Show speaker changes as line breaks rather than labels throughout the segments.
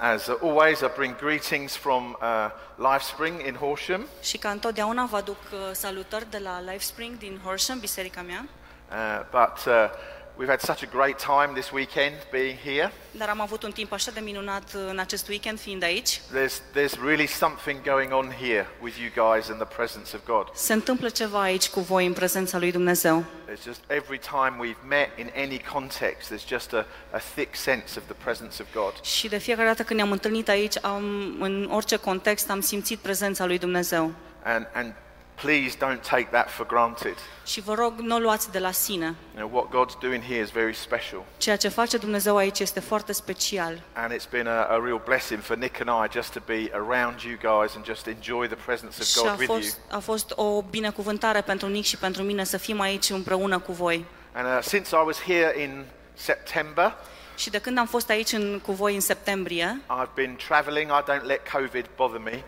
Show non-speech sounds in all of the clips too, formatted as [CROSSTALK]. As always, I bring greetings from uh, Lifespring in Horsham.
Și ca întotdeauna vă aduc uh, salutări de la LifeSpring din Horsham, biserica mea.
Uh, but uh, we've had such a great time this weekend being here.
Dar am avut un timp așa de minunat uh, în acest weekend fiind aici.
There's, there's really something going on here with you guys in the presence of God.
Se întâmplă ceva aici cu voi în prezența lui Dumnezeu.
It's just every time we've met in any context, there's just a, a thick sense of the presence of God.
Și de fiecare dată când ne-am întâlnit aici, am, în orice context, am simțit prezența lui Dumnezeu.
And, and please don't take that for granted.
Și vă rog, nu o luați de la sine.
You know, what God's doing here is very special.
Ceea ce face Dumnezeu aici este foarte special.
And it's been a, a real blessing for Nick and I just to be around you guys and just enjoy the presence
Și
of
a
God with you.
fost, a fost o binecuvântare pentru Nick și pentru mine să fim aici împreună cu voi.
And uh, since I was here in September,
Și de când am fost aici în, cu voi în septembrie,
I've been travelling. I don't let COVID bother me.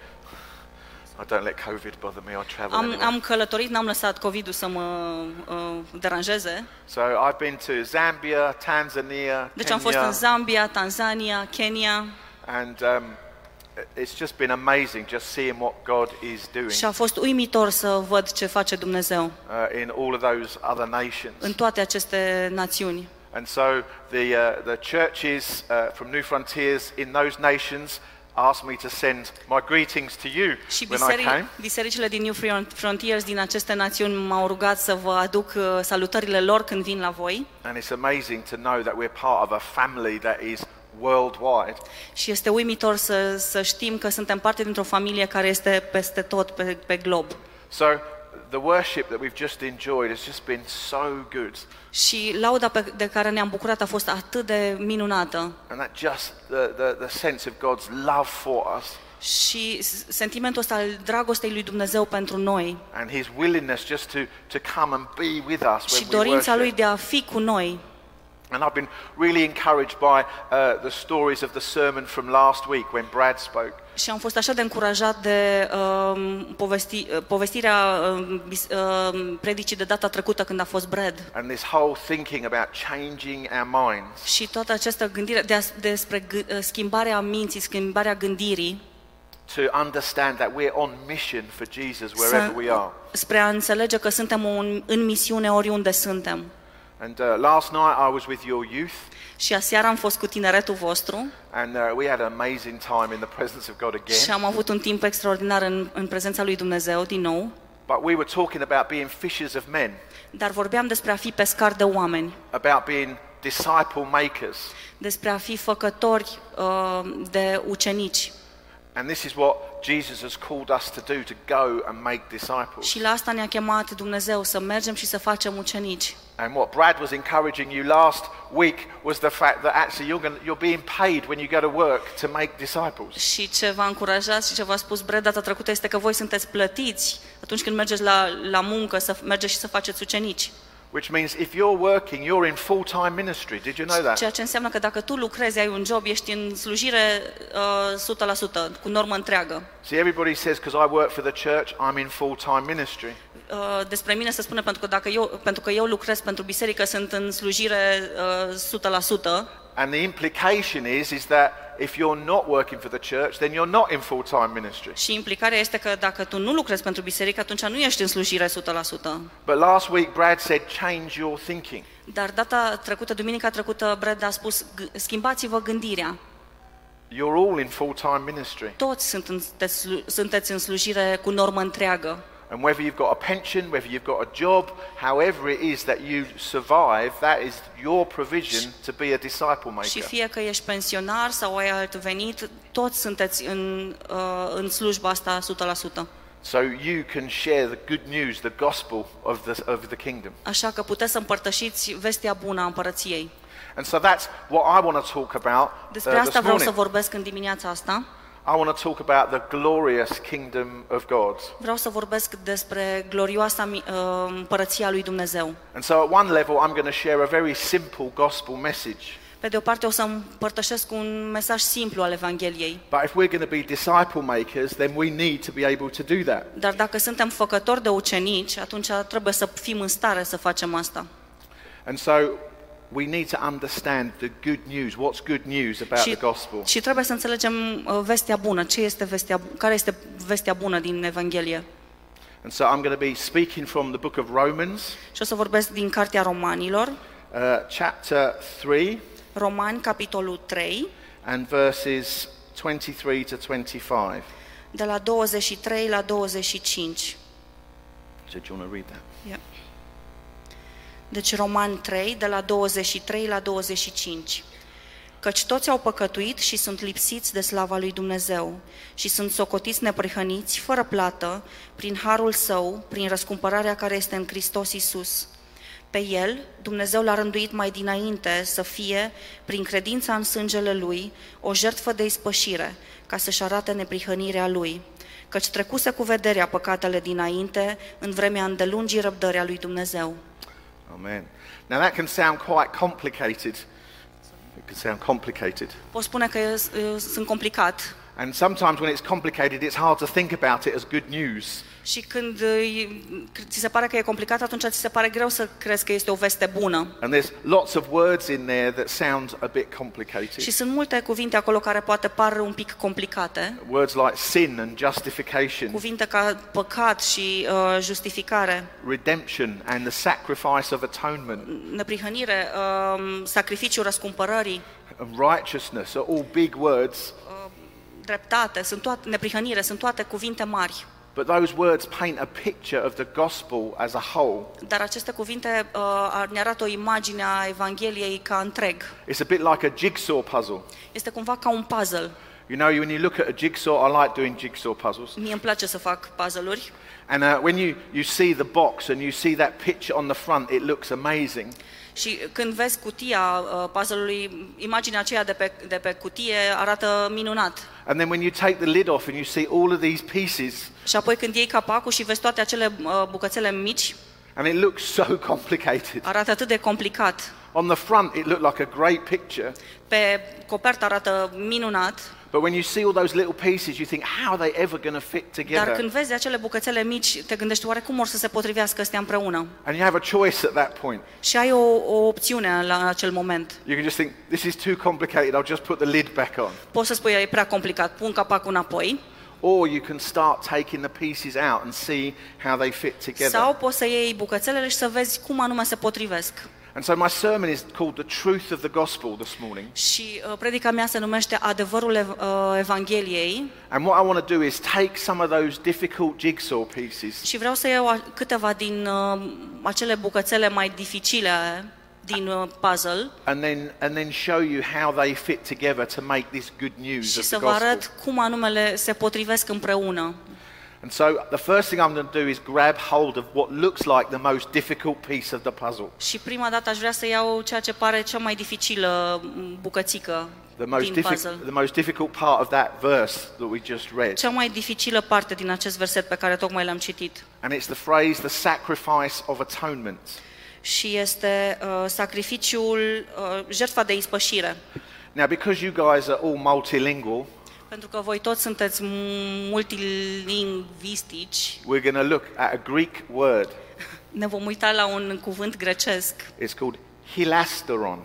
I don't let COVID bother me. I travel.
am,
anyway.
am călătorit, n-am lăsat COVID-ul să mă uh, deranjeze.
So I've been to Zambia, Tanzania,
Deci am fost
Kenya,
în Zambia, Tanzania, Kenya
and um, it's just been amazing just seeing what God is doing
și a fost uimitor să văd ce face Dumnezeu
uh, in all of those other
în
nations.
toate aceste națiuni.
And so the uh, the churches uh, from New Frontiers in those nations asked me to send my greetings to you
Și
when I came.
biseric, bisericile din New Fron- Frontiers din aceste națiuni m-au rugat să vă aduc uh, salutările lor când vin la voi
And it's amazing to know that we're part of a family that is worldwide.
și este uimitor să, să știm că suntem parte dintr-o familie care este peste tot pe, pe glob.
So the worship that we've just enjoyed has just been so good.
Și lauda pe, de care ne-am bucurat a fost atât de minunată.
And that just the, the, the sense of God's love for us
Și s- sentimentul ăsta al dragostei lui Dumnezeu pentru noi
and his willingness just to, to come and be with us
și
when we
dorința
worship.
lui de a fi cu noi.
And I've been really encouraged by uh, the stories of the sermon from last week when Brad spoke.
Și am fost așa de încurajat de um, povesti, povestirea um, bis, um, predicii de data trecută când a fost Brad.
And this whole thinking about changing our minds.
Și toată această gândire de a, despre gâ- schimbarea minții, schimbarea gândirii,
To understand that we're on mission for Jesus wherever
să,
we are.
spre a înțelege că suntem un, în misiune oriunde suntem.
And uh, last night I was with your youth,
Și aseară am fost cu tineretul vostru
and uh, we had an amazing time in the presence of God again.
și am avut un timp extraordinar în, în prezența lui Dumnezeu din nou,
But we were talking about being fishers of men,
dar vorbeam despre a fi pescar de oameni.
about being disciple makers.
despre a fi făcători uh, de ucenici.
And this is what Jesus has called us to do to go and make disciples.
Și la asta ne-a chemat Dumnezeu să mergem și să facem ucenici.
And what Brad was encouraging you last week was the fact that actually you're, gonna, you're being paid when you go to work to make disciples.
Și ce v-a încurajat și ce v-a spus Brad data trecută este că voi sunteți plătiți atunci când mergeți la, la muncă, să mergeți și să faceți ucenici.
Which means if you're working, you're in full time ministry. Did you know that?
Ceea ce înseamnă că dacă tu lucrezi, ai un job, ești în slujire uh, 100%, cu normă întreagă.
See, everybody says, because I work for the church, I'm in full time ministry.
Uh, despre mine se spune pentru că, dacă eu, pentru că eu lucrez pentru biserică, sunt în slujire uh, 100%.
And the implication is, is that if you're not working for the church, then you're not in full-time ministry.
Și implicarea este că dacă tu nu lucrezi pentru biserică, atunci nu ești în slujire 100%.
But last week, Brad said, change your thinking.
Dar data trecută, duminica trecută, Brad a spus, "G- schimbați-vă gândirea.
You're all in full-time ministry.
Toți sunt în, te- slu- sunteți în slujire cu normă întreagă.
And whether you've got a pension, whether you've got a job, however it is that you survive, that is your provision to be a disciple
Și
maker.
fie că ești pensionar sau ai alt venit, toți sunteți în, uh, în slujba asta 100%.
So you can share the good news, the gospel of the, of the kingdom.
Așa că puteți să împărtășiți vestea bună a împărăției.
And so that's what I want to talk about uh,
Despre asta
this
vreau să
morning.
vorbesc în dimineața asta.
I want to talk about the glorious kingdom of God.
Vreau să vorbesc despre glorioasa mi- uh, împărăția lui Dumnezeu.
And so, at one level, I'm going to share a very simple gospel message.
Pe de o parte o să împărtășesc un mesaj simplu al Evangheliei,
But if we're going to be disciple makers, then we need to be able to do that.
dar dacă suntem făcători de ucenici, atunci trebuie să fim în stare să facem asta.
And so, we need to understand the good news. What's good news about
Și,
the gospel?
și trebuie să înțelegem uh, vestea bună. Ce este vestea, bu- care este vestea bună din Evanghelie?
And so I'm going to be speaking from the book of Romans,
Și o să vorbesc din Cartea Romanilor,
uh, chapter 3,
Romani, capitolul 3,
and verses 23 to 25.
de la 23 la 25.
So, do you want to read that?
Ia. Deci Roman 3, de la 23 la 25. Căci toți au păcătuit și sunt lipsiți de slava lui Dumnezeu și sunt socotiți neprihăniți, fără plată, prin harul său, prin răscumpărarea care este în Hristos Isus. Pe el, Dumnezeu l-a rânduit mai dinainte să fie, prin credința în sângele lui, o jertfă de ispășire, ca să-și arate neprihănirea lui căci trecuse cu vederea păcatele dinainte, în vremea îndelungii răbdări a lui Dumnezeu.
Amen. Now, that can sound quite complicated. It can sound complicated.
Pot spune că e- e- sunt complicat
And sometimes when it's complicated, it's hard to think about it as good news.
și când e- ți se pare că e complicat, atunci ți se pare greu să crezi că este o veste bună.
And there's lots of words in there that sound a bit
Și
complicated.
sunt multe cuvinte acolo care poate par un pic complicate,
Words like sin and justification,
cuvinte ca păcat și uh, justificare,
redemption and the sacrifice of atonement,
neprihănire, uh, sacrificiul răscumpărării,
and righteousness are all big words,
dreptate, sunt toate, neprihănire, sunt toate cuvinte mari.
but those words paint a picture of the gospel as a whole.
Dar aceste cuvinte uh, ar- ne arată o imagine a Evangheliei ca întreg.
It's a bit like a jigsaw puzzle.
Este cumva ca un puzzle.
You know, when you look at a jigsaw, I like doing jigsaw puzzles.
Mie îmi place să fac puzzle-uri
And uh, when you, you see the box and you see that picture on the front, it looks amazing.
și când vezi cutia uh, puzzle-ului, imaginea aceea de pe, de pe cutie arată minunat.
And then when you take the lid off and you see all of these pieces,
Și apoi când iei capacul și vezi toate acele uh, bucățele mici,
and it looks [LAUGHS] so complicated.
arată atât de complicat.
On the front, it looked like a great picture,
Pe copertă arată minunat,
but when you see all those little pieces, you think, how are they ever going to fit
dar când
together?
vezi acele bucățele mici, te gândești oare cum or să se potrivească astea împreună.
And you have a choice at that point.
Și ai o, o opțiune la acel moment.
You can just think, this is too complicated, I'll just put the lid back on.
Poți să spui, e prea complicat, pun capacul înapoi.
Or you can start taking the pieces out and see how they fit
Sau
together.
poți să iei bucățelele și să vezi cum anume se potrivesc.
And so my sermon is called The Truth of the Gospel this morning.
Și uh, predica mea se numește Adevărul Ev- uh, Evangheliei
And what I want to do is take some of those difficult jigsaw pieces
și vreau să iau a- câteva din uh, acele bucățele mai dificile din uh, puzzle
and then, and then show you how they fit together to make this good news
și
of
să
the
vă
gospel.
arăt cum anumele se potrivesc împreună.
And so the first thing I'm going to do is grab hold of what looks like the most difficult piece of the puzzle,
Și prima dată aș vrea să iau ceea ce pare cea mai dificilă m, bucățică
the most,
din
diffi-
puzzle.
the most difficult part of that verse that we just read.
Cea mai dificilă parte din acest verset pe care tocmai l-am citit.
And it's the phrase, the sacrifice of atonement.
și este uh, sacrificiul, uh, jertfa de ispășire.
Now, because you guys are all multilingual,
Pentru că voi toți sunteți multilingvistici,
we're going to look at a Greek word.
ne vom uita la un cuvânt grecesc,
It's called hilasteron.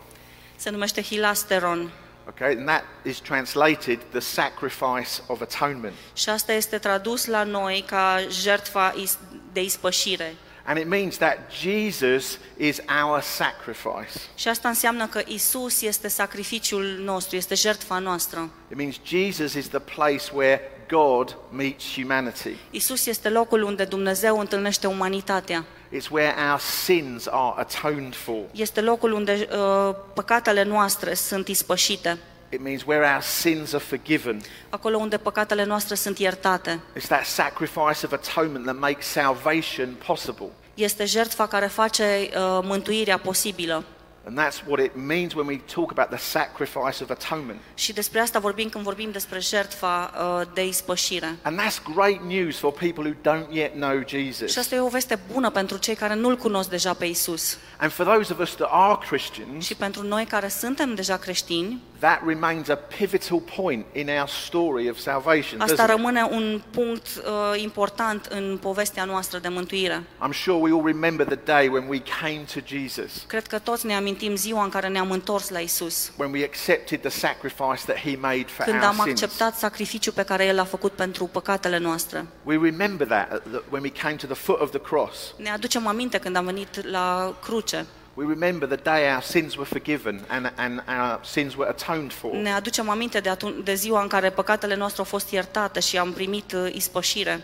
se numește hilasteron
Okay, and that is translated the sacrifice of atonement.
și asta este tradus la noi ca jertfa is- de ispășire.
And it means that Jesus is our sacrifice.
Și asta înseamnă că Isus este sacrificiul nostru, este jertfa noastră.
It means Jesus is the place where God meets humanity.
Isus este locul unde Dumnezeu întâlnește umanitatea.
It's where our sins are atoned for.
Este locul unde uh, păcatele noastre sunt ispășite.
It means where our sins are forgiven.
acolo unde păcatele noastre sunt iertate.
It's that sacrifice of atonement that makes salvation possible.
Este jertfa care face uh, mântuirea posibilă.
And that's what it means when we talk about the sacrifice of atonement.
Și despre asta vorbim când vorbim despre jertfa uh, de ispășire.
And that's great news for people who don't yet know
Și
Jesus.
asta e o veste bună pentru cei care nu-L cunosc deja pe Isus.
And for those of us that are Christians,
Și pentru noi care suntem deja creștini,
that remains a pivotal point in our story of salvation.
asta
doesn't it?
rămâne un punct uh, important în povestea noastră de mântuire.
I'm sure we all remember the day when we came to Jesus.
Cred că toți ne amintim ziua în care ne-am întors la Isus,
when we accepted the sacrifice that he made for
când
our
am
sins.
acceptat sacrificiul pe care El l-a făcut pentru păcatele noastre.
We remember that at the- when we came to the foot of the cross.
Ne aducem aminte când am venit la cruce.
We remember the day our sins were forgiven and, and our sins were atoned for.
Ne aducem aminte de, atun- de ziua în care păcatele noastre au fost iertate și am primit uh, ispășire.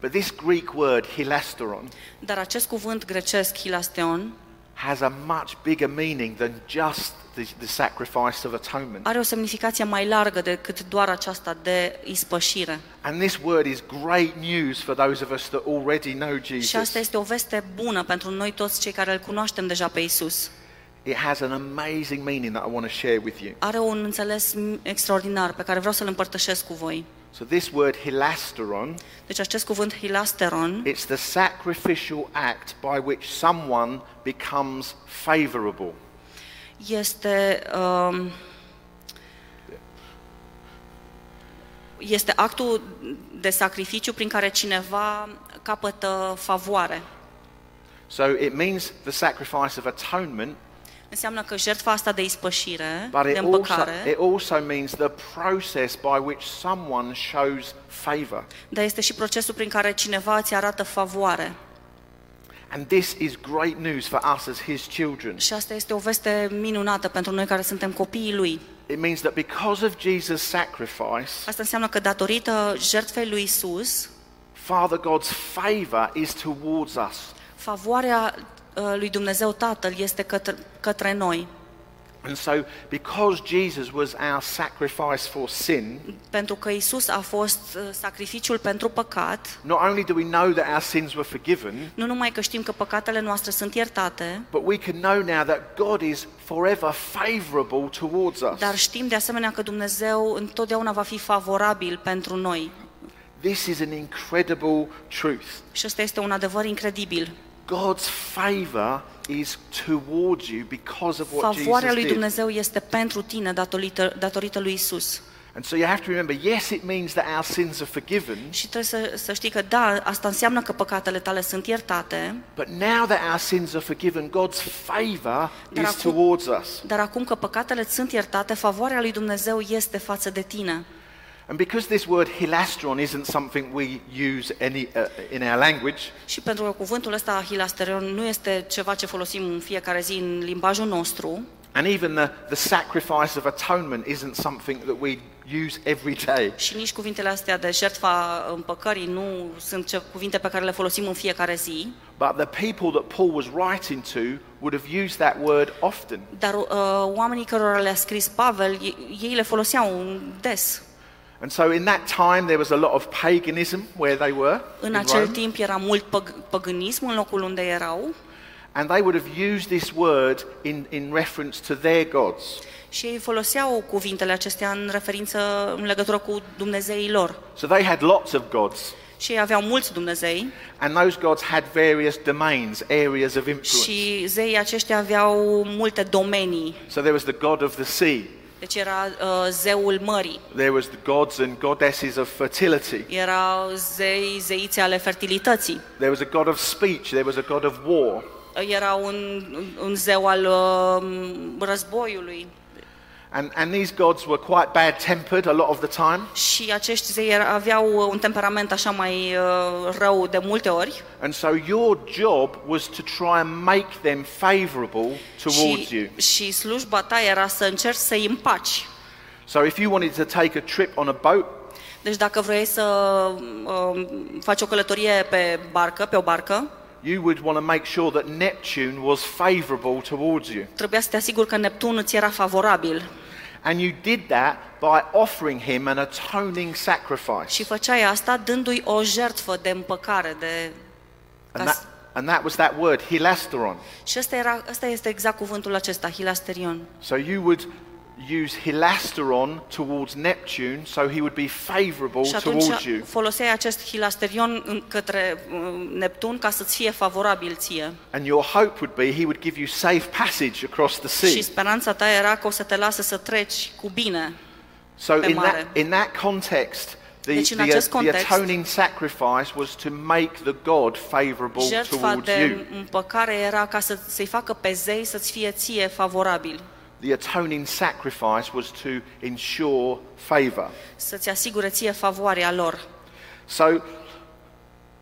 But this Greek word, hilasteron,
Dar acest cuvânt grecesc, hilasteon,
has a much bigger meaning than just the, the sacrifice of atonement.
are o semnificație mai largă decât doar aceasta de ispășire.
And this word is great news for those of us that already know
Și asta
Jesus.
este o veste bună pentru noi toți cei care îl cunoaștem deja pe Isus.
It has an amazing meaning that I want to share with you.
Are un înțeles m- extraordinar pe care vreau să-l împărtășesc cu voi.
So this word hilasteron,
Deci acest cuvânt hilasteron
it's the sacrificial act by which someone becomes favorable.
este um, este actul de sacrificiu prin care cineva capătă favoare.
So it means the sacrifice of atonement,
Înseamnă că jertfa asta de ispășire,
but
de
it also,
împăcare,
it also means the process by which someone shows favor.
dar este și procesul prin care cineva îți arată favoare.
And this is great news for us as his children.
Și asta este o veste minunată pentru noi care suntem copiii lui.
It means that because of Jesus' sacrifice,
Asta înseamnă că datorită jertfei lui Isus,
Father God's favor is towards us.
favoarea uh, lui Dumnezeu Tatăl este către, către noi.
And so, because Jesus was our sacrifice for sin,
Pentru că Isus a fost uh, sacrificiul pentru păcat,
not only do we know that our sins were forgiven,
nu numai că știm că păcatele noastre sunt iertate,
but we can know now that God is forever favorable towards
dar
us.
știm de asemenea că Dumnezeu întotdeauna va fi favorabil pentru noi.
This is an incredible truth.
Și ăsta este un adevăr incredibil.
God's favor is towards you because of what
Favoarea
Jesus
lui
did.
Dumnezeu este pentru tine datorită, datorită lui Isus.
And so you have to remember, yes, it means that our sins are forgiven,
Și trebuie să, să știi că da, asta înseamnă că păcatele tale sunt iertate,
but now that our sins are forgiven, God's favor
Dar
is
acum-
towards us.
dar acum că păcatele ți sunt iertate, favoarea lui Dumnezeu este față de tine.
And because this word hilastron isn't something we use any, uh, in our language,
Și pentru că cuvântul ăsta hilasterion nu este ceva ce folosim în fiecare zi în limbajul nostru,
and even the, the sacrifice of atonement isn't something that we use every day,
și nici cuvintele astea de jertfa împăcării nu sunt ce, cuvinte pe care le folosim în fiecare zi,
but the people that Paul was writing to would have used that word often.
dar uh, oamenii cărora le-a scris Pavel, ei, ei le foloseau des.
And so in that time, there was a lot of paganism where they were,
În
in
acel
Rome,
timp era mult păg- păgânism în locul unde erau,
and they would have used this word in, in reference to their gods.
Și ei foloseau cuvintele acestea în referință, în legătură cu Dumnezeii lor.
So they had lots of gods,
Și ei aveau mulți Dumnezei
and those gods had various domains, areas of influence.
și zeii aceștia aveau multe domenii.
So there was the god of the sea,
Deci era uh, zeul mării,
There was the gods and goddesses of fertility.
erau zei, zeițe ale fertilității,
There was a god of speech. There was a god of war.
era un, un zeu al uh, războiului.
And, and these gods were quite bad tempered a lot of the time.
Și acești zei era- aveau un temperament așa mai uh, rău de multe ori.
And so your job was to try and make them favorable towards
Și,
you.
și slujba ta era să încerci să-i împaci
So if you wanted to take a trip on a boat,
Deci dacă vrei să um, faci o călătorie pe barcă, pe o barcă,
you would want to make sure that Neptune was favorable towards you.
trebuia să te asiguri că Neptun îți era favorabil
And you did that by offering him an atoning sacrifice.
și făceai asta dându-i o jertfă de împăcare. De...
And that, and that was that word, hilasteron.
Și ăsta, era, ăsta este exact cuvântul acesta, hilasterion.
So you would use hilasteron towards Neptune, so he would be favorable
Și atunci
towards you.
foloseai acest hilasterion în- către um, Neptun ca să-ți fie favorabil ție.
And your hope would be he would give you safe passage across the
Și
sea.
speranța ta era că o să te lasă să treci cu bine.
So
pe
in
mare.
that, in that context, The,
Deci, în
the-
acest
the
context-
atoning sacrifice was to make the God favorable
Jertfa
towards
de
you.
împăcare era ca să, să-i facă pe zei să-ți fie ție favorabil,
The atoning sacrifice was to ensure favor.
să-ți asigure ție favoarea lor.
So,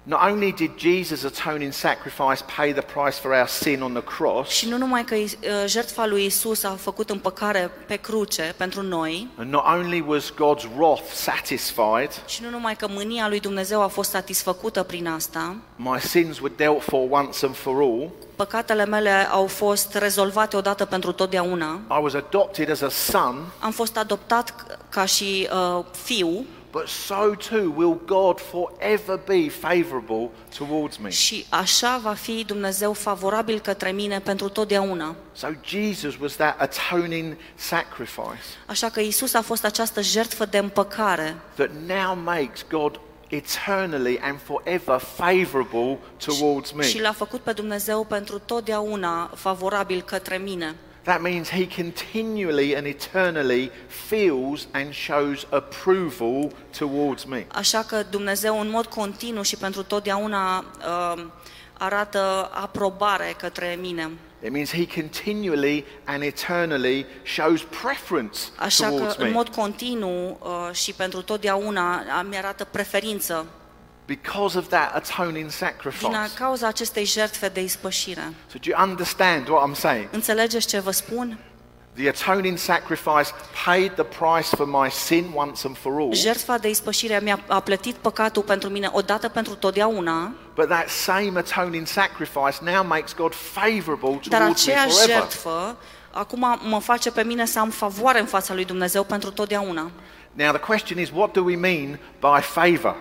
not only did Jesus' atoning sacrifice pay the price for our sin on the cross,
Și nu numai că uh, jertfa lui Isus a făcut împăcare pe cruce pentru noi,
and not only was God's wrath satisfied,
și nu numai că mânia lui Dumnezeu a fost satisfăcută prin asta,
my sins were dealt for once and for all,
păcatele mele au fost rezolvate odată pentru totdeauna,
I was adopted as a son,
am fost adoptat c- ca și uh, fiu
but so too will God forever be favorable towards me.
și așa va fi Dumnezeu favorabil către mine pentru totdeauna.
So Jesus was that atoning sacrifice
Așa că Isus a fost această jertfă de împăcare
that now makes God eternally and forever favorable towards
și
me.
l-a făcut pe Dumnezeu pentru totdeauna favorabil către mine.
That means he continually and eternally feels and shows approval towards me.
Așa că Dumnezeu în mod continuu și pentru totdeauna uh, arată aprobare către mine.
It means he continually and eternally shows preference
Așa că
towards
în
me.
mod continuu uh, și pentru totdeauna mi arată preferință
Because of that atoning
din a-
sacrifice.
cauza acestei jertfe de ispășire.
So do you understand what I'm saying?
Înțelegeți ce vă spun?
The atoning sacrifice paid the price for my sin once and for all.
Jertfa de ispășire mi-a a plătit păcatul pentru mine odată pentru totdeauna,
But that same atoning sacrifice now makes God favorable
dar
towards me
aceeași
forever.
jertfă acum mă face pe mine să am favoare în fața lui Dumnezeu pentru totdeauna.
Now the question is, what do we mean by favor?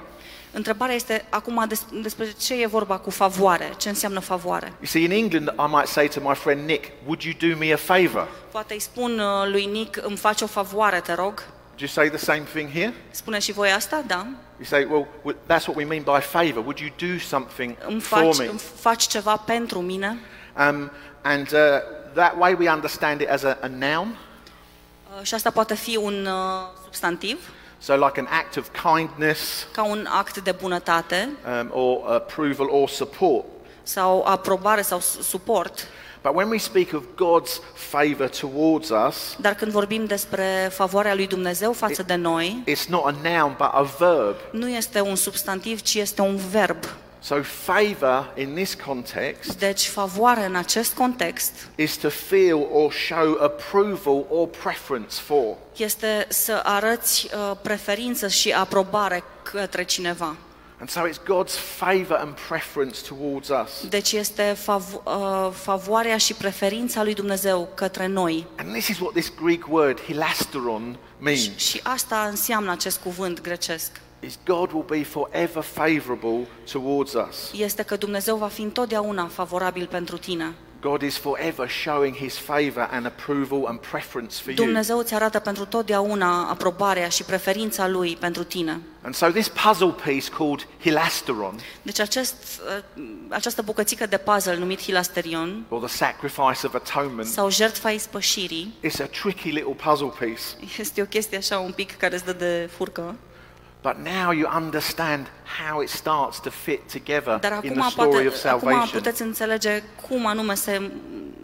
Întrebarea este acum des- despre ce e vorba cu favoare, ce înseamnă favoare.
You see, in England, I might say to my friend Nick, would you do me a favor?
Poate îi spun uh, lui Nick, îmi faci o favoare, te rog.
Do you say the same thing here?
Spune și voi asta, da?
You say, well, w- that's what we mean by favor. Would you do something
Îmi
for
faci,
me?
îmi faci ceva pentru mine.
Um, and uh, that way we understand it as a, a noun,
Uh, Și asta poate fi un uh, substantiv,
so like an act of kindness
ca un act de bunătate
um, or approval or support.
sau aprobare sau su- suport.
But when we speak of God's favor towards us,
Dar când vorbim despre favoarea lui Dumnezeu față de noi,
It's not a noun but a verb.
nu este un substantiv, ci este un verb.
So favor in this context
Deci favoare în acest context
is to feel or show approval or preference for.
este să arăți uh, preferință și aprobare către cineva.
And so it's God's favor and preference towards us.
Deci este fav- uh, favoarea și preferința lui Dumnezeu către noi.
And this is what this Greek word hilasteron
Și,
means.
și asta înseamnă acest cuvânt grecesc.
Is God will be forever favorable towards us.
Este că Dumnezeu va fi întotdeauna favorabil pentru tine.
God is forever showing his favor and approval and preference for you.
Dumnezeu îți arată pentru totdeauna aprobarea și preferința Lui pentru tine.
And so this puzzle piece called hilasteron
Deci acest, uh, această bucățică de puzzle numit Hilasterion
or the sacrifice of atonement
sau jertfa ispășirii
It's a tricky little puzzle piece,
este o chestie așa un pic care îți dă de furcă.
but now you understand how it starts to fit together
Dar
in
acum,
the story
poate,
of
acum
salvation.
puteți înțelege cum anume se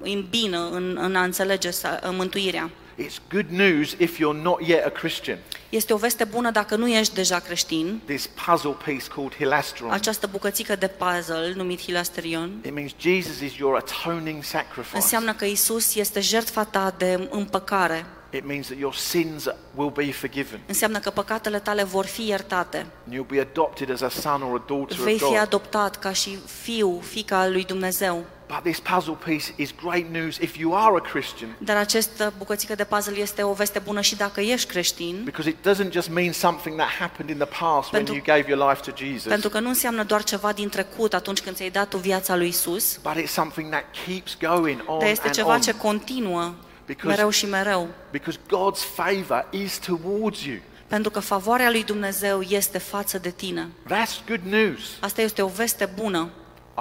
îmbină în, în a înțelege sa- ă, mântuirea.
It's good news if you're not yet a Christian.
Este o veste bună dacă nu ești deja creștin.
This puzzle piece called Hilastron.
Această bucățică de puzzle numit Hilasterion
It means Jesus is your atoning sacrifice.
înseamnă că Isus este jertfa ta de împăcare.
It means that your sins will be forgiven
Înseamnă că păcatele tale vor fi iertate.
and you'll be adopted as a son or a daughter
Vei
of
fi
God.
adoptat ca și fiu, fica lui Dumnezeu.
But this puzzle piece is great news if you are a Christian
Dar această bucățică de puzzle este o veste bună și dacă ești creștin,
because it doesn't just mean something that happened in the past when
Pentru-
you gave your life to Jesus.
pentru că nu înseamnă doar ceva din trecut atunci când ți-ai dat tu viața lui Isus,
But it's something that keeps going on
dar este
and
ceva
on
ce continuă
Because-
mereu și mereu.
because God's favor is towards you.
Pentru că favoarea lui Dumnezeu este față de tine.
That's good news.
Asta este o veste bună.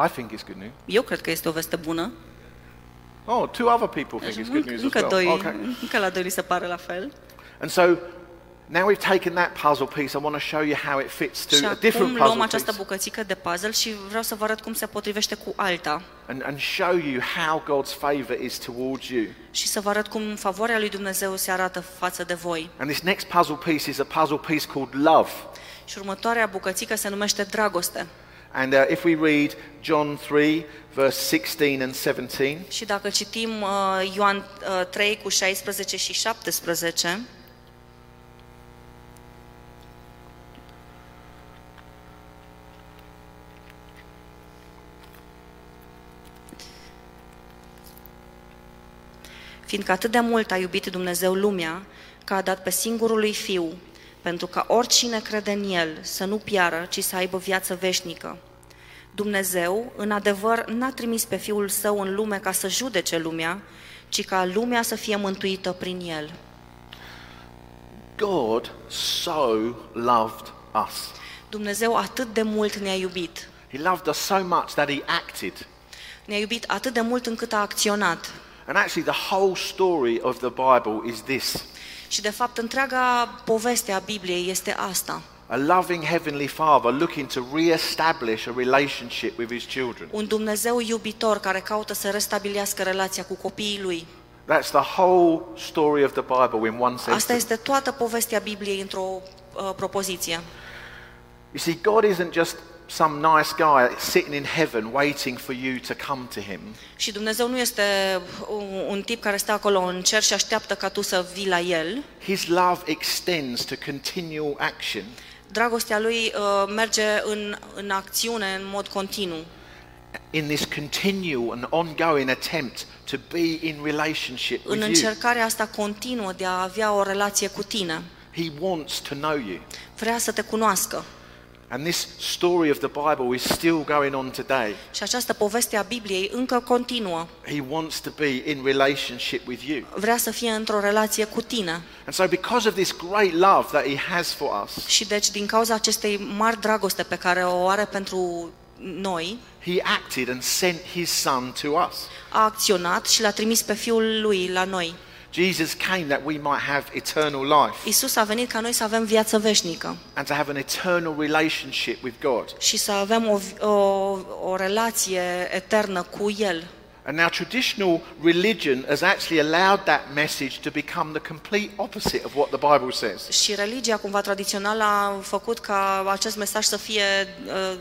I think it's good news.
Eu cred că este o veste bună.
Oh, two other people think it's good news as
Încă
well.
doi,
Okay.
încă la doi li se pare la fel.
And so Now we've taken that puzzle piece, I want to show you how it fits
și
to a
acum
different
luăm
puzzle
această
piece
bucățică de puzzle și vreau să vă arăt cum se potrivește cu alta
and, and show you how God's favor is towards you.
și să vă arăt cum favoarea lui Dumnezeu se arată față de voi.
And this next puzzle piece is a puzzle piece called love.
Și următoarea bucățică se numește dragoste.
And uh, if we read John 3, verse 16 and 17,
Și dacă citim uh, Ioan uh, 3 cu 16 și 17, fiindcă atât de mult a iubit Dumnezeu lumea, că a dat pe singurul lui Fiu, pentru ca oricine crede în El să nu piară, ci să aibă viață veșnică. Dumnezeu, în adevăr, n-a trimis pe Fiul Său în lume ca să judece lumea, ci ca lumea să fie mântuită prin El.
God so loved us.
Dumnezeu atât de mult ne-a iubit.
He loved us so much that he acted.
Ne-a iubit atât de mult încât a acționat.
And actually, the whole story of the Bible is this
Și, de fapt, întreaga poveste a Bibliei este asta.
a loving Heavenly Father looking to re establish a relationship with his children.
Un Dumnezeu iubitor care caută să restabilească relația cu copiii lui.
That's the whole story of the Bible in one
Asta
sentence.
este toată povestea Bibliei într-o uh, propoziție.
You see, God isn't just some nice guy sitting in heaven waiting for you to come to him.
Și Dumnezeu nu este un, un tip care stă acolo în cer și așteaptă ca tu să vii la el.
His love extends to continual action.
Dragostea lui uh, merge în, în acțiune în mod continuu,
in this continual and ongoing attempt to be in relationship
în
with you.
încercarea asta continuă de a avea o relație cu tine.
He wants to know you.
Vrea să te cunoască.
And this story of the Bible is still going on today.
Și această poveste a Bibliei încă continuă.
He wants to be in relationship with you.
Vrea să fie într-o relație cu tine.
And so, because of this great love that He has for us,
Și deci, din cauza acestei mari dragoste pe care o are pentru noi,
He acted and sent His Son to us.
a acționat și l-a trimis pe Fiul lui la noi.
Jesus came that we might have eternal life
Isus a venit ca noi să avem viață veșnică
and to have an eternal relationship with God.
și să avem o, o, o relație eternă cu El.
And now, traditional religion has actually allowed that message to become the complete opposite of what the Bible says.
Și religia cumva tradițională a făcut ca acest mesaj să fie uh,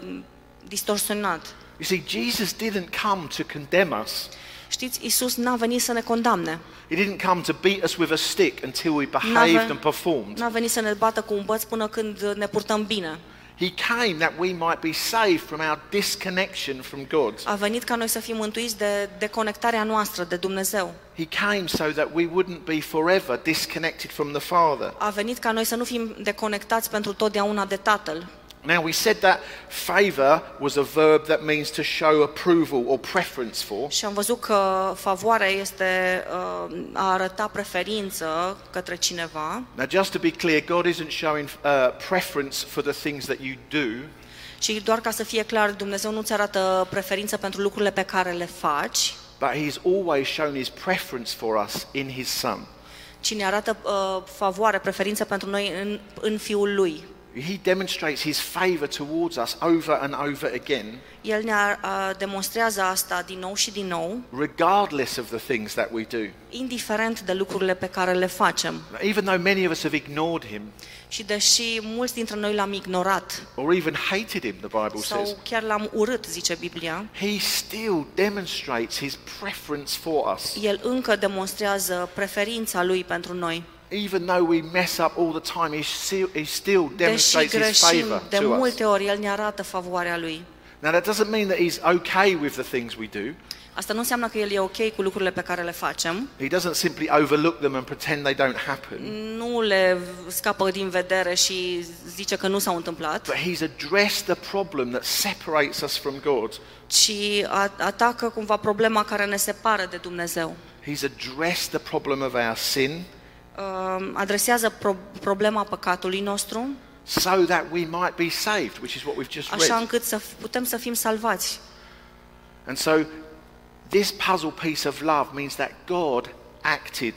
distorsionat.
You see, Jesus didn't come to condemn us.
Știți, Isus n-a venit să ne condamne,
He didn't come to beat us with a stick until we
Never.
behaved and performed.
n-a venit să ne bată cu un băț până când ne purtăm bine.
He came that we might be saved from our disconnection from God.
A venit ca noi să fim mântuiți de deconectarea noastră de Dumnezeu.
He came so that we wouldn't be forever disconnected from the Father.
A venit ca noi să nu fim deconectați pentru totdeauna de Tatăl.
Now, we said that favor was a verb that means to show approval or preference for.
Și am văzut că favoarea este uh, a arăta preferință către cineva
Now, just to be clear, God isn't showing uh, preference for the things that you do.
și doar ca să fie clar, Dumnezeu nu ți arată preferință pentru lucrurile pe care le faci,
But he's always shown his preference for us in his son.
ci ne arată uh, favoare, preferință pentru noi în, în Fiul Lui.
He demonstrates his favor towards us over and over again,
El ne ar- uh, demonstrează asta din nou și din nou,
regardless of the things that we do.
indiferent de lucrurile pe care le facem.
Now, Even though many of us have ignored him
Și deși mulți dintre noi l-am ignorat
or even hated him, the Bible says,
sau chiar l-am urât, zice Biblia,
he still demonstrates his preference for us,
el încă demonstrează preferința lui pentru noi.
even though we mess up all the time. He still, he still
Deși
demonstrates his
greșim
favor
de
to us.
multe ori, el ne arată favoarea lui.
Now, that doesn't mean that he's okay with the things we do.
Asta nu înseamnă că el e ok cu lucrurile pe care le facem,
He doesn't simply overlook them and pretend they don't
Mm.
happen.
nu le scapă din vedere și zice că nu s-au întâmplat,
But he's addressed the problem that separates us from God.
ci a- atacă cumva problema care ne separă de Dumnezeu.
He's addressed the problem of our sin
Uh, Adresează pro- problema păcatului nostru,
so that we might be saved, which is what we've just
așa
read.
încât să f- putem să fim salvați.
And so this puzzle piece of love means that God acted.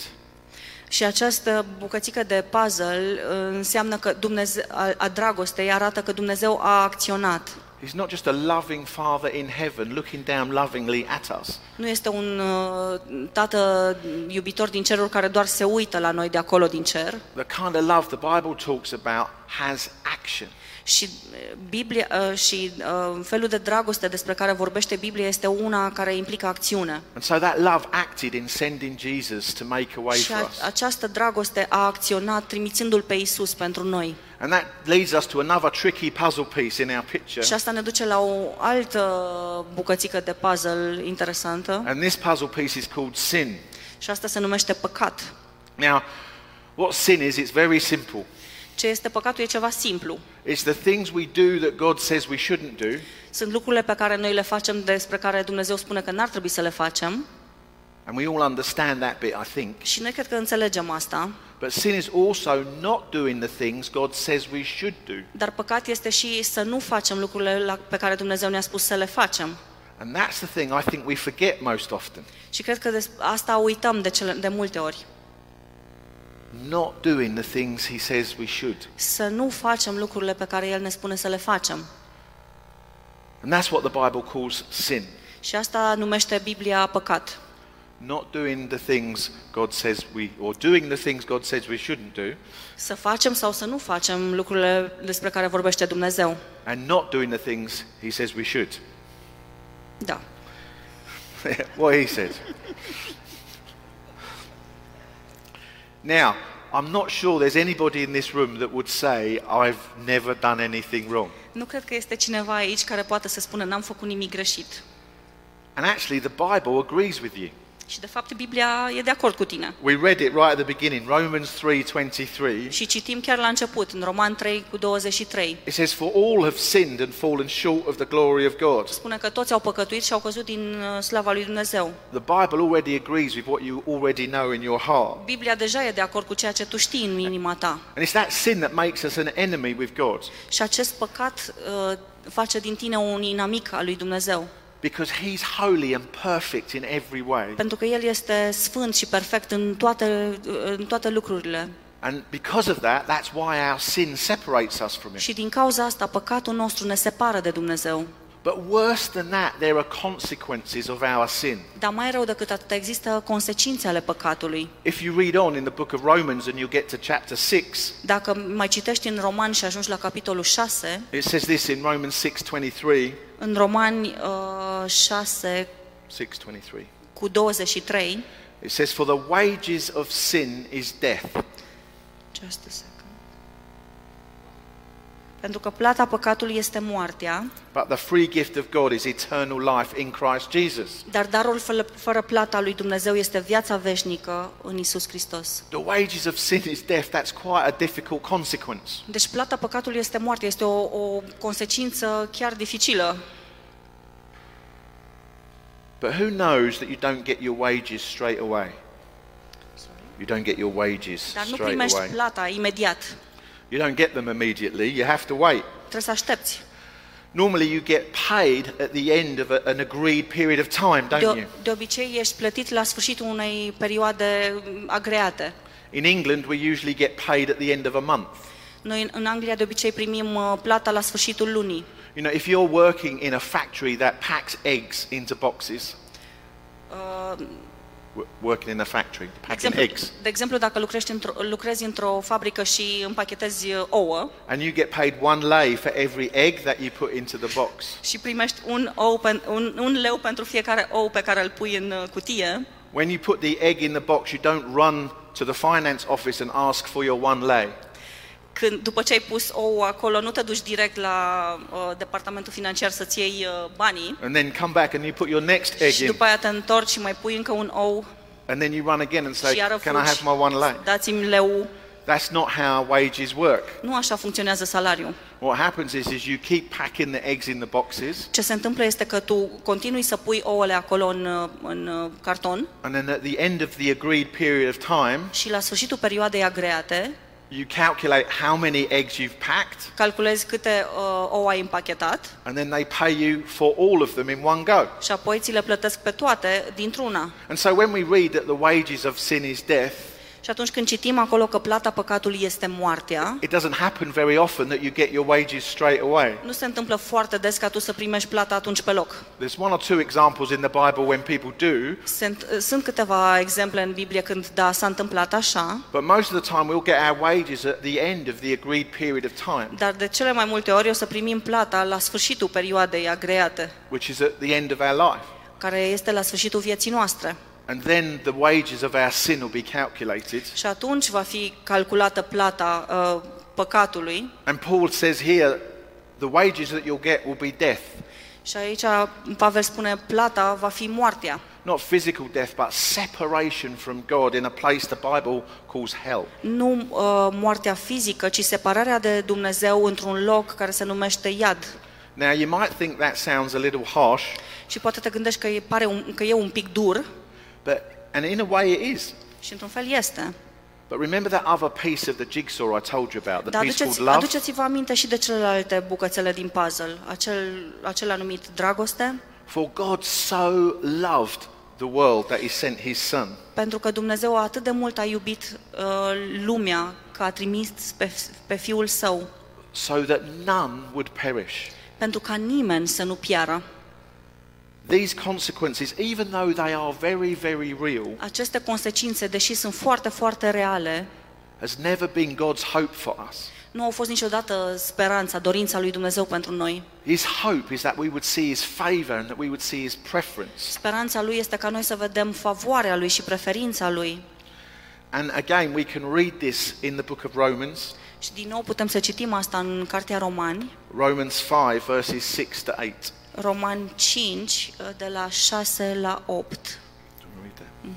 Și această bucățică de puzzle uh, înseamnă că Dumnezeu, a, a dragostei arată că Dumnezeu a acționat.
He's not just a loving Father in heaven looking down lovingly at us.
Nu este un uh, tată iubitor din cerul care doar se uită la noi de acolo din cer.
The kind of love the Bible talks about has action.
Și uh, Biblia uh, și uh, felul de dragoste despre care vorbește Biblia este una care implică acțiune.
And so that love acted in sending Jesus to make a way
Și
for
a,
us.
această dragoste a acționat trimițându-l pe Isus pentru noi.
And that leads us to another tricky puzzle piece in our picture.
Și asta ne duce la o altă bucățică de puzzle interesantă
And this puzzle piece is called sin.
și asta se numește păcat.
Now, what sin is, it's very simple.
Ce este păcatul e ceva simplu.
It's the things we do that God says we shouldn't do,
Sunt lucrurile pe care noi le facem despre care Dumnezeu spune că n-ar trebui să le facem
and we all understand that bit, I think.
și noi cred că înțelegem asta,
But sin is also not doing the things God says we should do.
dar păcat este și să nu facem lucrurile la, pe care Dumnezeu ne-a spus să le facem.
And that's the thing I think we forget most often.
Și cred că des, asta uităm de, cele, de multe ori.
Not doing the things He says we should.
Să nu facem lucrurile pe care El ne spune să le facem.
And that's what the Bible calls sin.
Și asta numește Biblia păcat.
Not doing the things God says we, or doing the things God says we shouldn't do,
Să facem sau să nu facem lucrurile despre care vorbește Dumnezeu.
and not doing the things He says we should. [LAUGHS]
Da.
what he says. now, I'm not sure there's anybody in this room that would say, I've never done anything wrong.
Nu cred că este cineva aici care poate să spună n-am făcut nimic greșit.
And actually, the Bible agrees with you.
Și de fapt Biblia e de acord cu tine.
We read it right at the beginning, Romans 3:23.
Și citim chiar la început, în Roman 3 cu 23.
It says, "For all have sinned and fallen short of the glory of God."
Spune că toți au păcătuit și au căzut din uh, slava lui Dumnezeu.
The Bible already agrees with what you already know in your heart.
Biblia deja e de acord cu ceea ce tu știi în inima ta.
And it's that sin that makes us an enemy with God,
Și acest păcat uh, face din tine un inamic al lui Dumnezeu.
because he's holy and perfect in every way.
Pentru că El este sfânt și perfect în toate, uh, în toate lucrurile.
And because of that, that's why our sin separates us from Him.
Și din cauza asta, păcatul nostru ne separă de Dumnezeu.
But worse than that, there are consequences of our sin.
Dar mai rău decât atât, există consecințe ale păcatului.
If you read on in the book of Romans and you get to chapter 6,
Dacă mai citești în Roman și ajungi la capitolul 6,
it says this in Romans 6:23,
în Romani uh, 6
6:23.
cu 23,
It says for the wages of sin is death,
just a second. pentru că plata păcatului este moartea,
but the free gift of God is eternal life in Christ Jesus.
dar darul fără, fără plata lui Dumnezeu este viața veșnică în Isus Hristos.
The wages of sin is death. That's quite a difficult consequence.
Deci plata păcatului este moartea, este o, o consecință chiar dificilă.
But who knows that you don't get your wages straight away? You don't get your wages
Dar nu
straight
primești
away.
plata imediat.
You don't get them immediately, you have to wait.
Trebuie să aștepți.
Normally, you get paid at the end of a, an agreed period of time, don't you?
De, de obicei ești plătit la sfârșitul unei perioade agreate.
In England, we usually get paid at the end of a month.
Noi în, în Anglia de obicei primim uh, plata la sfârșitul lunii.
You know, if you're working in a factory that packs eggs into boxes, w- working in a factory,
De
packing
exemplu,
eggs,
de exemplu dacă lucrezi într-o, lucrezi într-o fabrică și împachetezi uh, ouă
and you get paid one lei for every egg that you put into the box,
și primești un, ou pen, un, un leu pentru fiecare ou pe care îl pui în uh, cutie,
when you put the egg in the box, you don't run to the finance office and ask for your one lei.
când, după ce ai pus ou acolo, nu te duci direct la uh, departamentul financiar să-ți iei uh, banii
And then come back and you put your next egg
și
in.
după aia te întorci și mai pui încă un ou
And then you run again and say,
și iară
Can I have
fugi,
my one lei?
dați-mi leu.
That's not how wages work.
Nu așa funcționează salariul.
What happens is, is you keep packing the eggs in the boxes,
Ce se întâmplă este că tu continui să pui ouăle acolo în, uh, în uh, carton
and then at the end of the agreed period of time,
și la sfârșitul perioadei agreate
you calculate how many eggs you've packed,
calculezi câte uh, ouă ai împachetat
and then they pay you for all of them in one go.
și apoi ți le plătesc pe toate dintr-una.
And so when we read that the wages of sin is death,
Și atunci când citim acolo că plata păcatului este moartea,
It doesn't happen very often that you get your wages straight away.
nu se întâmplă foarte des ca tu să primești plata atunci pe loc.
There's one or two examples in the Bible when people do,
Sunt, sunt câteva exemple în Biblie când, da, s-a întâmplat așa,
but most of the time we'll get our wages at the end of the agreed period of time,
dar de cele mai multe ori o să primim plata la sfârșitul perioadei agreate,
which is at the end of our life.
care este la sfârșitul vieții noastre.
And then the wages of our sin will be calculated.
Și atunci va fi calculată plata uh, păcatului.
And Paul says here, the wages that you'll get will be death.
Și aici Pavel spune plata va fi moartea.
Not physical death, but separation from God in a place the Bible calls hell.
Nu uh, moartea fizică, ci separarea de Dumnezeu într-un loc care se numește iad.
Now, you might think that sounds a little harsh,
Și poate te gândești că e, pare un, că e un pic dur
but, and in a way it is.
și într-un fel este.
But remember that other piece of the jigsaw I told you about, the
Dar
piece called
aduceți,
love?
aduceți-vă aminte și de celelalte bucățele din puzzle, acel, acel anumit dragoste,
For God so loved the world that he sent his son.
pentru că Dumnezeu atât de mult a iubit uh, lumea că a trimis pe, pe Fiul Său,
so that none would perish.
pentru ca nimeni să nu piară.
These consequences, even though they are very, very real,
Aceste consecințe, deși sunt foarte, foarte reale,
has never been God's hope for us.
nu au fost niciodată speranța, dorința lui Dumnezeu pentru noi.
His hope is that we would see his favor and that we would see his preference.
Speranța lui este ca noi să vedem favoarea lui și preferința lui.
And again, we can read this in the book of Romans,
Și din nou putem să citim asta în Cartea Romani,
Romans 5, verses 6 to 8.
Romani 5, de la 6 la 8.
Do you wanna read that?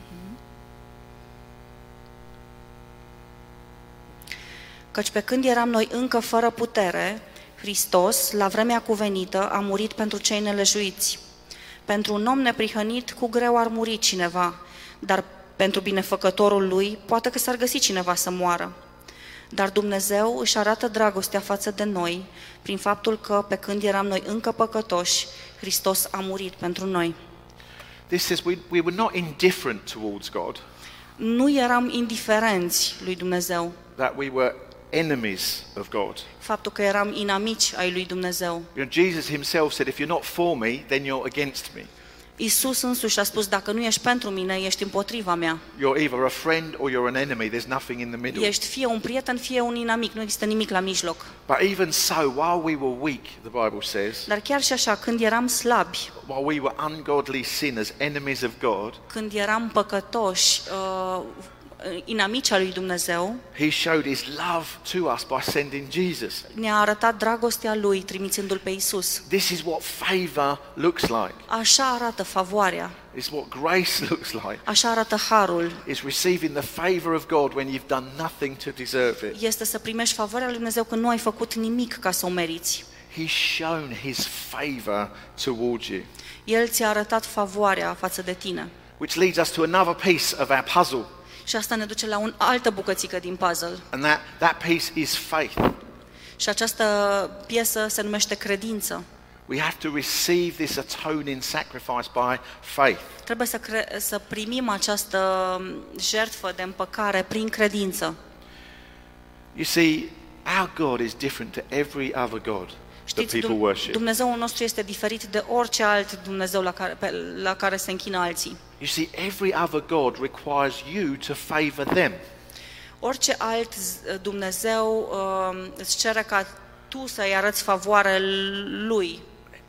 Căci pe când eram noi încă fără putere, Hristos, la vremea cuvenită, a murit pentru cei nelejuiți. Pentru un om neprihănit, cu greu ar muri cineva, dar pentru binefăcătorul lui, poate că s-ar găsi cineva să moară. Dar Dumnezeu își arată dragostea față de noi, prin faptul că, pe când eram noi încă păcătoși, Hristos a murit pentru noi.
This says we, we were not indifferent towards God,
Nu eram indiferenți lui Dumnezeu,
that we were enemies of God.
faptul că eram inamici ai lui Dumnezeu.
You know, Jesus himself said, If you're not for me, then you're against me.
Isus însuși a spus, dacă nu ești pentru mine, ești împotriva mea.
You're either a friend or you're an enemy. There's nothing in the middle.
Ești fie un prieten, fie un inamic, nu există nimic la mijloc.
But even so, while we were weak, the Bible says,
Dar chiar și așa, când eram slabi,
while we were ungodly sinners, enemies of God,
când eram păcătoși, uh, inamici al lui Dumnezeu,
He showed His love to us by sending Jesus.
ne-a arătat dragostea lui, trimițându-l pe Isus.
This is what favor looks like.
Așa arată favoarea,
It's what grace [LAUGHS] looks like.
așa arată harul.
It's receiving the favor of God when you've done nothing to deserve it.
Este să primești favoarea lui Dumnezeu când nu ai făcut nimic ca să o meriți.
He's shown His favor towards you.
El ți-a arătat favoarea față de tine.
Which leads us to another piece of our puzzle,
Și asta ne duce la o altă bucățică din puzzle.
and that, that piece is faith.
Și această piesă se numește Credință.
We have to receive this atoning sacrifice by faith.
Trebuie să, cre- să primim această jertfă de împăcare prin credință.
You see, our God is different to every other God that
Știți,
people
Dum-
worship.
Dumnezeul nostru este diferit de orice alt Dumnezeu la care, pe, la care se închină alții.
You see, every other God requires you to favor them.
Orice alt z- Dumnezeu uh, îți cere ca tu să-i arăți favoare lui.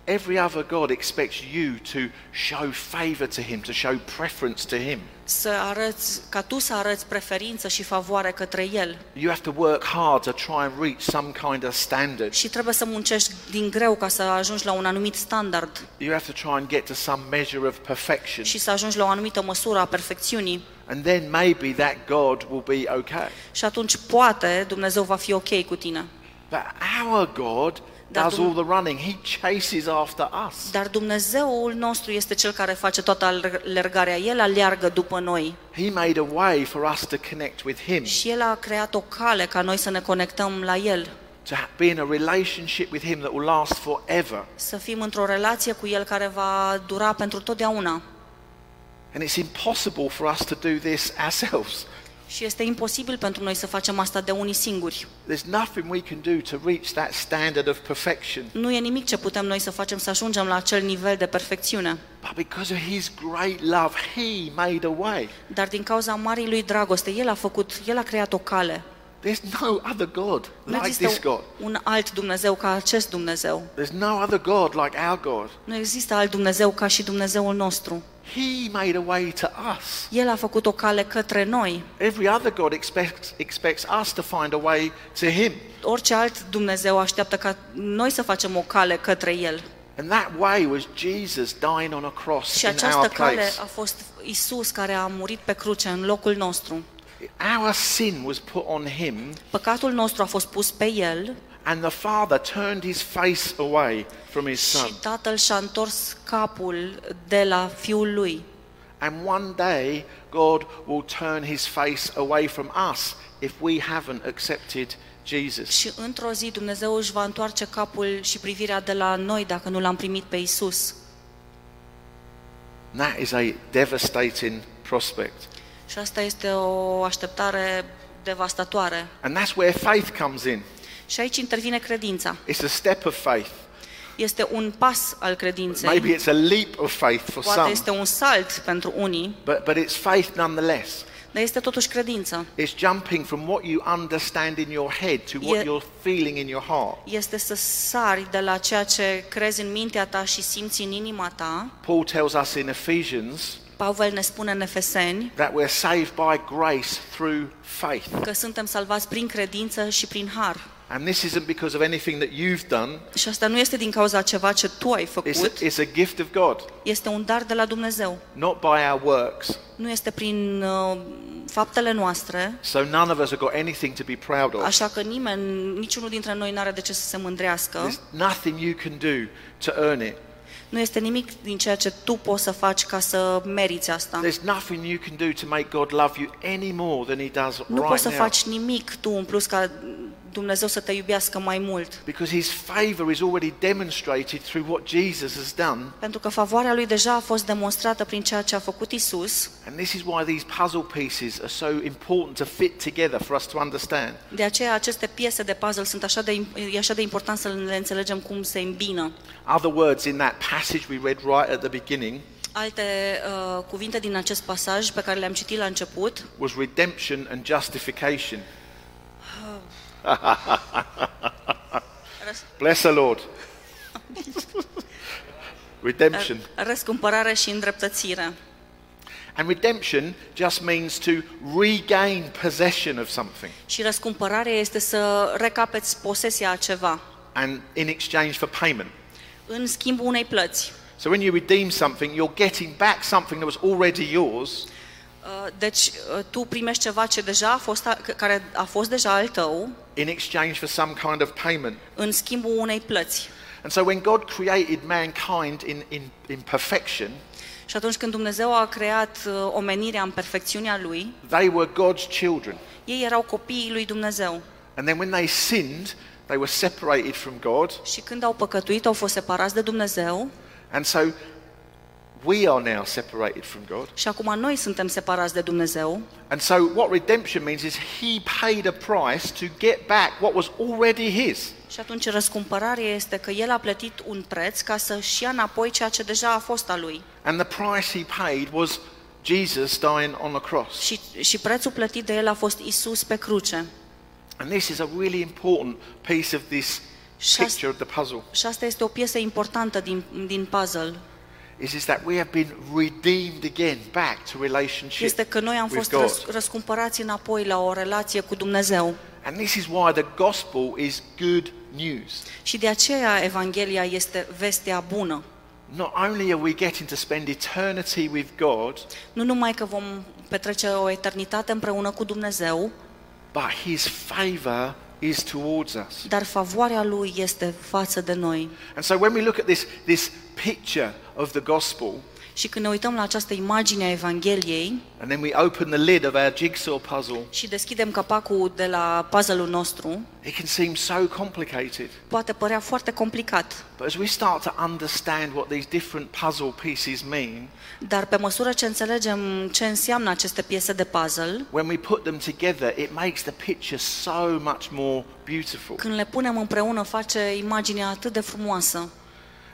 Every other God expects you to show favor to him, to show preference to him.
Să arăți, ca tu să arăți preferință și favoare către el.
You have to work hard to try and reach some kind of standard.
Și trebuie să muncești din greu ca să ajungi la un anumit standard.
You have to try and get to some measure of perfection.
și să ajungi la o anumită măsură a perfecțiunii.
And then maybe that God will be okay.
Și atunci poate Dumnezeu va fi ok cu tine.
But our God
Dar
does
Dumnezeu-
all the running, He chases after us.
Dar Dumnezeul nostru este cel care face toată alergarea. El aleargă după noi
He made a way for us to connect with Him,
și El a creat o cale ca noi să ne conectăm la El,
to ha- be in a relationship with Him that will last forever.
să fim într-o relație cu El care va dura pentru totdeauna.
And it's impossible for us to do this ourselves.
Și este imposibil pentru noi să facem asta de unii singuri.
There's nothing we can do to reach that standard of perfection.
Nu e nimic ce putem noi să facem să ajungem la acel nivel de perfecțiune.
But because of His great love, He made a way.
Dar din cauza marii lui dragoste, El a făcut, El a creat o cale.
There's no other God
Nu
like this
există
God.
un alt Dumnezeu ca acest Dumnezeu.
There's no other God like our God.
Nu există alt Dumnezeu ca și Dumnezeul nostru.
He made a way to us.
El a făcut o cale către noi.
Every other God expects, expects us to find a way to Him.
Orice alt Dumnezeu așteaptă ca noi să facem o cale către El.
And that way was Jesus dying on a cross
Și
in our
această cale
place.
a fost Isus care a murit pe cruce în locul nostru.
Our sin was put on Him,
Păcatul nostru a fost pus pe El
and the Father turned His face away from His Son.
și Tatăl și-a întors capul de la Fiul Lui.
And one day, God will turn his face away from us if we haven't accepted Jesus.
Și într-o zi Dumnezeu își va întoarce capul și privirea de la noi dacă nu l-am primit pe Isus.
And that is a devastating prospect.
Și asta este o așteptare devastatoare.
And that's where faith comes in.
Și aici intervine credința.
It's a step of faith.
Este un pas al credinței.
Maybe it's a leap of faith for
Poate
some,
este un salt pentru unii,
but, but it's faith nonetheless.
dar este totuși credință.
It's jumping from what you understand in your head to what
Yeah.
you're feeling in your heart.
Este să sari de la ceea ce crezi în mintea ta și simți în inima ta.
Paul tells us in Ephesians
Pavel ne spune în Efeseni
that we're saved by grace through faith.
că suntem salvați prin credință și prin har.
And this isn't because of anything that you've done,
Și asta nu este din cauza ceva ce tu ai
It's
făcut,
a, it's a gift of God,
este un dar de la Dumnezeu.
not by our works.
Nu este prin uh, faptele noastre,
So none of us have got anything to be proud of.
așa că nimeni, niciunul dintre noi n-are de ce să se mândrească.
There's nothing you can do to earn it.
Nu este nimic din ceea ce tu poți să faci ca să meriți asta.
There's nothing you can do to make God love you any more than He does
Nu
right
poți să
now.
faci nimic tu în plus ca Dumnezeu să te iubească mai mult.
Because His favour is already demonstrated through what Jesus has done.
Pentru că favoarea lui deja a fost demonstrată prin ceea ce a făcut Isus.
And this is why these puzzle pieces are so important to fit together for us to understand.
De aceea aceste piese de puzzle sunt așa de, im- e așa de important să le înțelegem cum se îmbină.
Other words in that passage we read right at the beginning
Alte uh, cuvinte din acest pasaj pe care le-am citit la început
was redemption and justification.
Răs-
Bless the Lord. redemption.
uh, răscumpărare și îndreptățire.
And redemption just means to regain possession of something.
Și răscumpărarea este să recapeți posesia a ceva
And in exchange for payment.
în schimbul unei plăți.
So when you redeem something, you're getting back something that was already yours,
Uh, Deci uh, tu primești ceva ce deja a fost a, c- care a fost deja al tău
in exchange for some kind of payment.
în schimbul unei plăți.
And so when God created mankind in, in, in perfection,
Și atunci când Dumnezeu a creat uh, omenirea în perfecțiunea lui,
they were God's children.
ei erau copiii lui Dumnezeu.
And then when they sinned, they were separated from God.
Și când au păcătuit, au fost separați de Dumnezeu
And so we are now separated from God.
și acum noi suntem separați de Dumnezeu.
And so, what redemption means is he paid a price to get back what was already his.
Și atunci răscumpărarea este că el a plătit un preț ca să-și ia înapoi ceea ce deja a fost a lui.
And the price he paid was Jesus dying on the cross.
Și, și prețul plătit de el a fost Isus pe cruce.
And this is a really important piece of this
Shas-
picture of the puzzle
Și asta este o piesă importantă din, din puzzle.
is, is that we have been redeemed again back to relationship
Este că noi am
with
fost
God.
răs, răscumpărați înapoi la o relație cu Dumnezeu.
And this is why the gospel is good news.
Și de aceea Evanghelia este vestea bună.
Not only are we getting to spend eternity with God,
Nu numai că vom petrece o eternitate împreună cu Dumnezeu,
but his favor is towards us.
dar favoarea Lui este față de noi.
And so when we look at this, this picture of the gospel,
Și când ne uităm la această imagine a Evangheliei
And then we open the lid of our jigsaw puzzle.
și deschidem capacul de la puzzle-ul nostru,
It can seem so complicated.
poate părea foarte complicat.
But as we start to understand what these different puzzle pieces mean,
Dar pe măsură ce înțelegem ce înseamnă aceste piese de puzzle,
when we put them together, it makes the picture so much more beautiful.
când le punem împreună, face imaginea atât de frumoasă.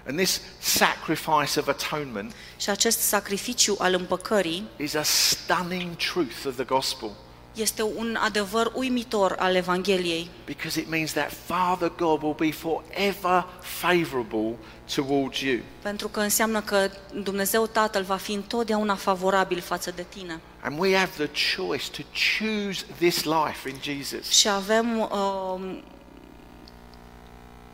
And this sacrifice of atonement
Și acest sacrificiu al împăcării
is a stunning truth of the gospel
este un adevăr uimitor al Evangheliei,
because it means that Father God will be forever favorable towards you.
pentru că înseamnă că Dumnezeu Tatăl va fi întotdeauna favorabil față de tine.
And we have the choice to choose this life in Jesus.
Și avem uh,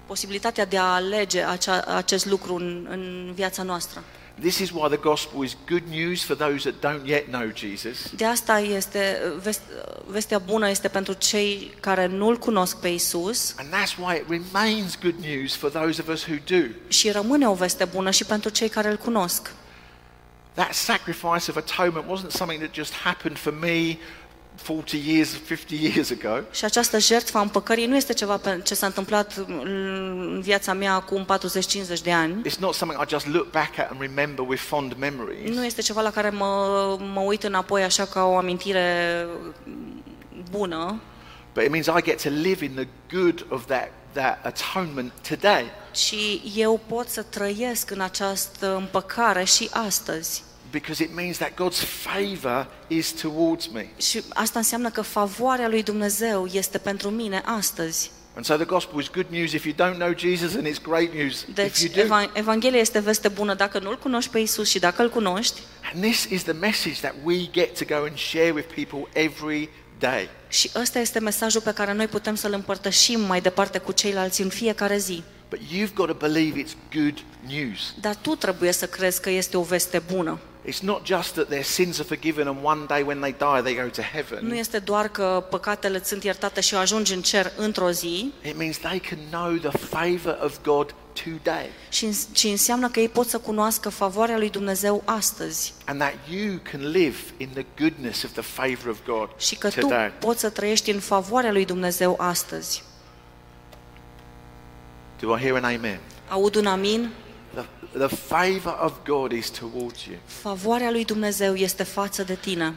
posibilitatea de a alege acea, acest lucru în, în viața noastră.
This is why the gospel is good news for those that don't yet know Jesus.
De asta este vest, vestea bună este pentru cei care nu-l cunosc pe Isus
And that's why it remains good news for those of us who do.
și rămâne o veste bună și pentru cei care îl cunosc.
That sacrifice of atonement wasn't something that just happened for me 40 years, 50 years ago.
Și această jertfă a împăcării nu este ceva pe- ce s-a întâmplat în viața mea acum 40-50 de ani.
It's not something I just look back at and remember with fond memories.
Nu este ceva la care mă, mă uit înapoi așa ca o amintire bună,
But it means I get to live in the good of that, that atonement today.
ci eu pot să trăiesc în această împăcare și astăzi.
Because it means that God's favour is towards me.
Și asta înseamnă că favoarea lui Dumnezeu este pentru mine astăzi.
And so the gospel is good news if you don't know Jesus, and it's great news if
Deci
you do.
Eva- Evanghelia este veste bună dacă nu-L cunoști pe Isus și dacă îl cunoști.
And this is the message that we get to go and share with people every day.
Și ăsta este mesajul pe care noi putem să-l împărtășim mai departe cu ceilalți în fiecare zi.
But you've got to believe it's good news.
Dar tu trebuie să crezi că este o veste bună.
It's not just that their sins are forgiven and one day when they die they go to
Nu
heaven.
este doar că păcatele îți sunt iertate și ajungi în cer într-o zi,
It means they can know the favour of God today
și îns- ci înseamnă că ei pot să cunoască favoarea lui Dumnezeu astăzi.
and that you can live in the goodness of the favour of God
Și că tu
today.
poți să trăiești în favoarea lui Dumnezeu astăzi.
Do I hear an amen?
Aud un amin?
The, the favour of God is towards you.
Favoarea lui Dumnezeu este față de tine.